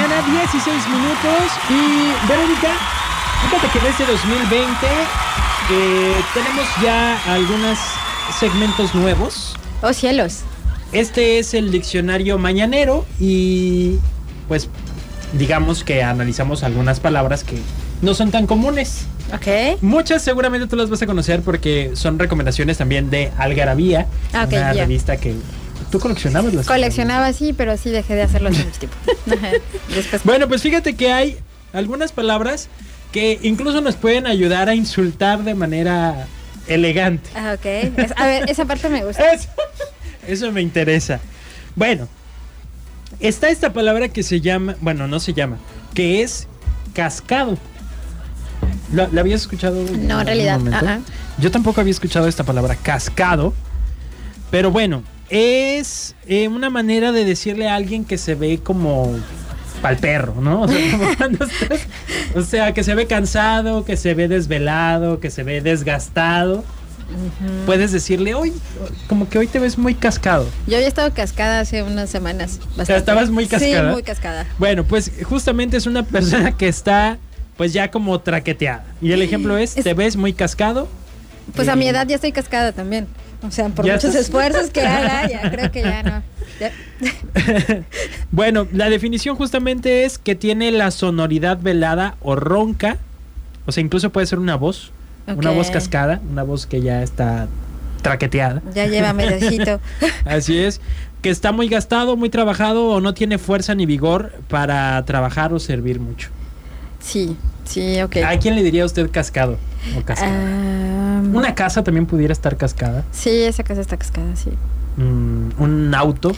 16 minutos. Y Verónica, fíjate que este desde 2020 eh, tenemos ya algunos segmentos nuevos. Oh cielos. Este es el diccionario mañanero y pues digamos que analizamos algunas palabras que no son tan comunes. Ok. Muchas seguramente tú las vas a conocer porque son recomendaciones también de Algarabía, Ah, ok, una ya. revista que tú coleccionabas las Coleccionaba sí, pero sí dejé de hacerlo hace mucho tiempo. Ajá. Después. Bueno, pues fíjate que hay algunas palabras que incluso nos pueden ayudar a insultar de manera elegante. Ah, ok. Es- a ver, esa parte me gusta. Eso, eso me interesa. Bueno, está esta palabra que se llama, bueno, no se llama, que es cascado. ¿La, la habías escuchado? en algún realidad, momento? ah, ah. Yo tampoco había escuchado esta palabra, cascado. Pero bueno, es eh, una manera de decirle a alguien que se ve como pal perro, ¿no? O sea, como cuando estás- o sea, que se ve cansado, que se ve desvelado, que se ve desgastado. Puedes decirle, hoy, como que hoy te ves muy cascado. Yo había estado cascada hace unas semanas. bastante. estabas muy cascada? Sí, muy cascada. Bueno, pues justamente es una persona que está, pues ya como traqueteada. Y el ejemplo es, Es- te ves muy cascado. Eh, Pues a Y- mi edad ya estoy cascada también. O sea, por Ya muchos estás- esfuerzos que haga, ya creo que ya no. Ya- Bueno, la definición justamente es que tiene la sonoridad velada o ronca. O sea, incluso puede ser una voz. Una Ok. voz cascada, una voz que ya está traqueteada. Ya lleva medallito. Así es. Que está muy gastado, muy trabajado o no tiene fuerza ni vigor para trabajar o servir mucho. Sí, sí, ok. ¿A quién le diría usted cascado o cascada? Ah, Una casa también pudiera estar cascada. Sí, esa casa está cascada, sí. Mm, un auto.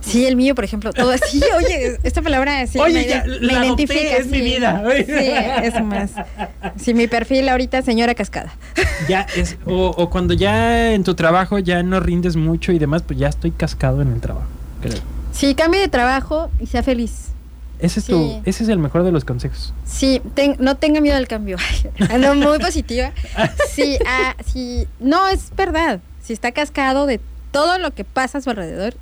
Sí, el mío, por ejemplo. Todo así, oye, esta palabra sí, Oye, me, ya, ide- me la adopté, identifica, es mi vida. Sí, es más. Sí, mi perfil ahorita, señora cascada. Ya es, o, o cuando ya en tu trabajo ya no rindes mucho y demás, pues ya estoy cascado en el trabajo. creo. Sí, cambie de trabajo y sea feliz. Ese es, Sí. tu, ese es el mejor de los consejos. Sí, ten- no tenga miedo al cambio. Ando muy positiva. Sí, ah, sí, no, es verdad. Si está cascado de todo lo que pasa a su alrededor,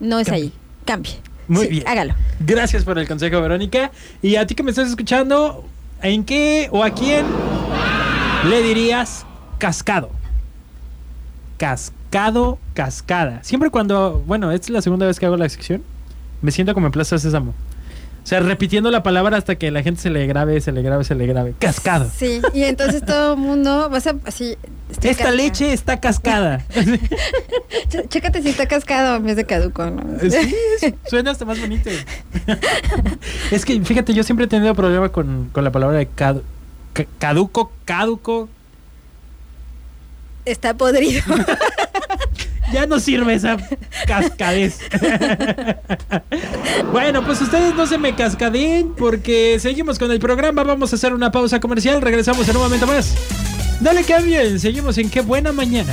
no es Cambie. ahí. Cambie. Muy Sí, bien. Hágalo. Gracias por el consejo, Verónica. Y a ti que me estás escuchando, ¿en qué o a quién le dirías cascado? Cascado, cascada. Siempre cuando, bueno, esta es la segunda vez que hago la sección, me siento como en Plaza Sésamo. O sea, repitiendo la palabra hasta que la gente se le grabe, se le grabe, se le grabe. Cascado. Sí, y entonces todo el mundo vas a así. estoy Esta cascada. leche está cascada. Ch- chécate si está cascado en vez de caduco, ¿no? Eh, Sí, es- suena hasta más bonito. es que, fíjate, yo siempre he tenido problema con, con la palabra de cadu- ca- caduco, caduco. Está podrido. Ya no sirve esa cascadez. bueno, pues ustedes no se me cascadeen porque seguimos con el programa. Vamos a hacer una pausa comercial. Regresamos en un momento más. Dale cambien. Seguimos en qué buena mañana.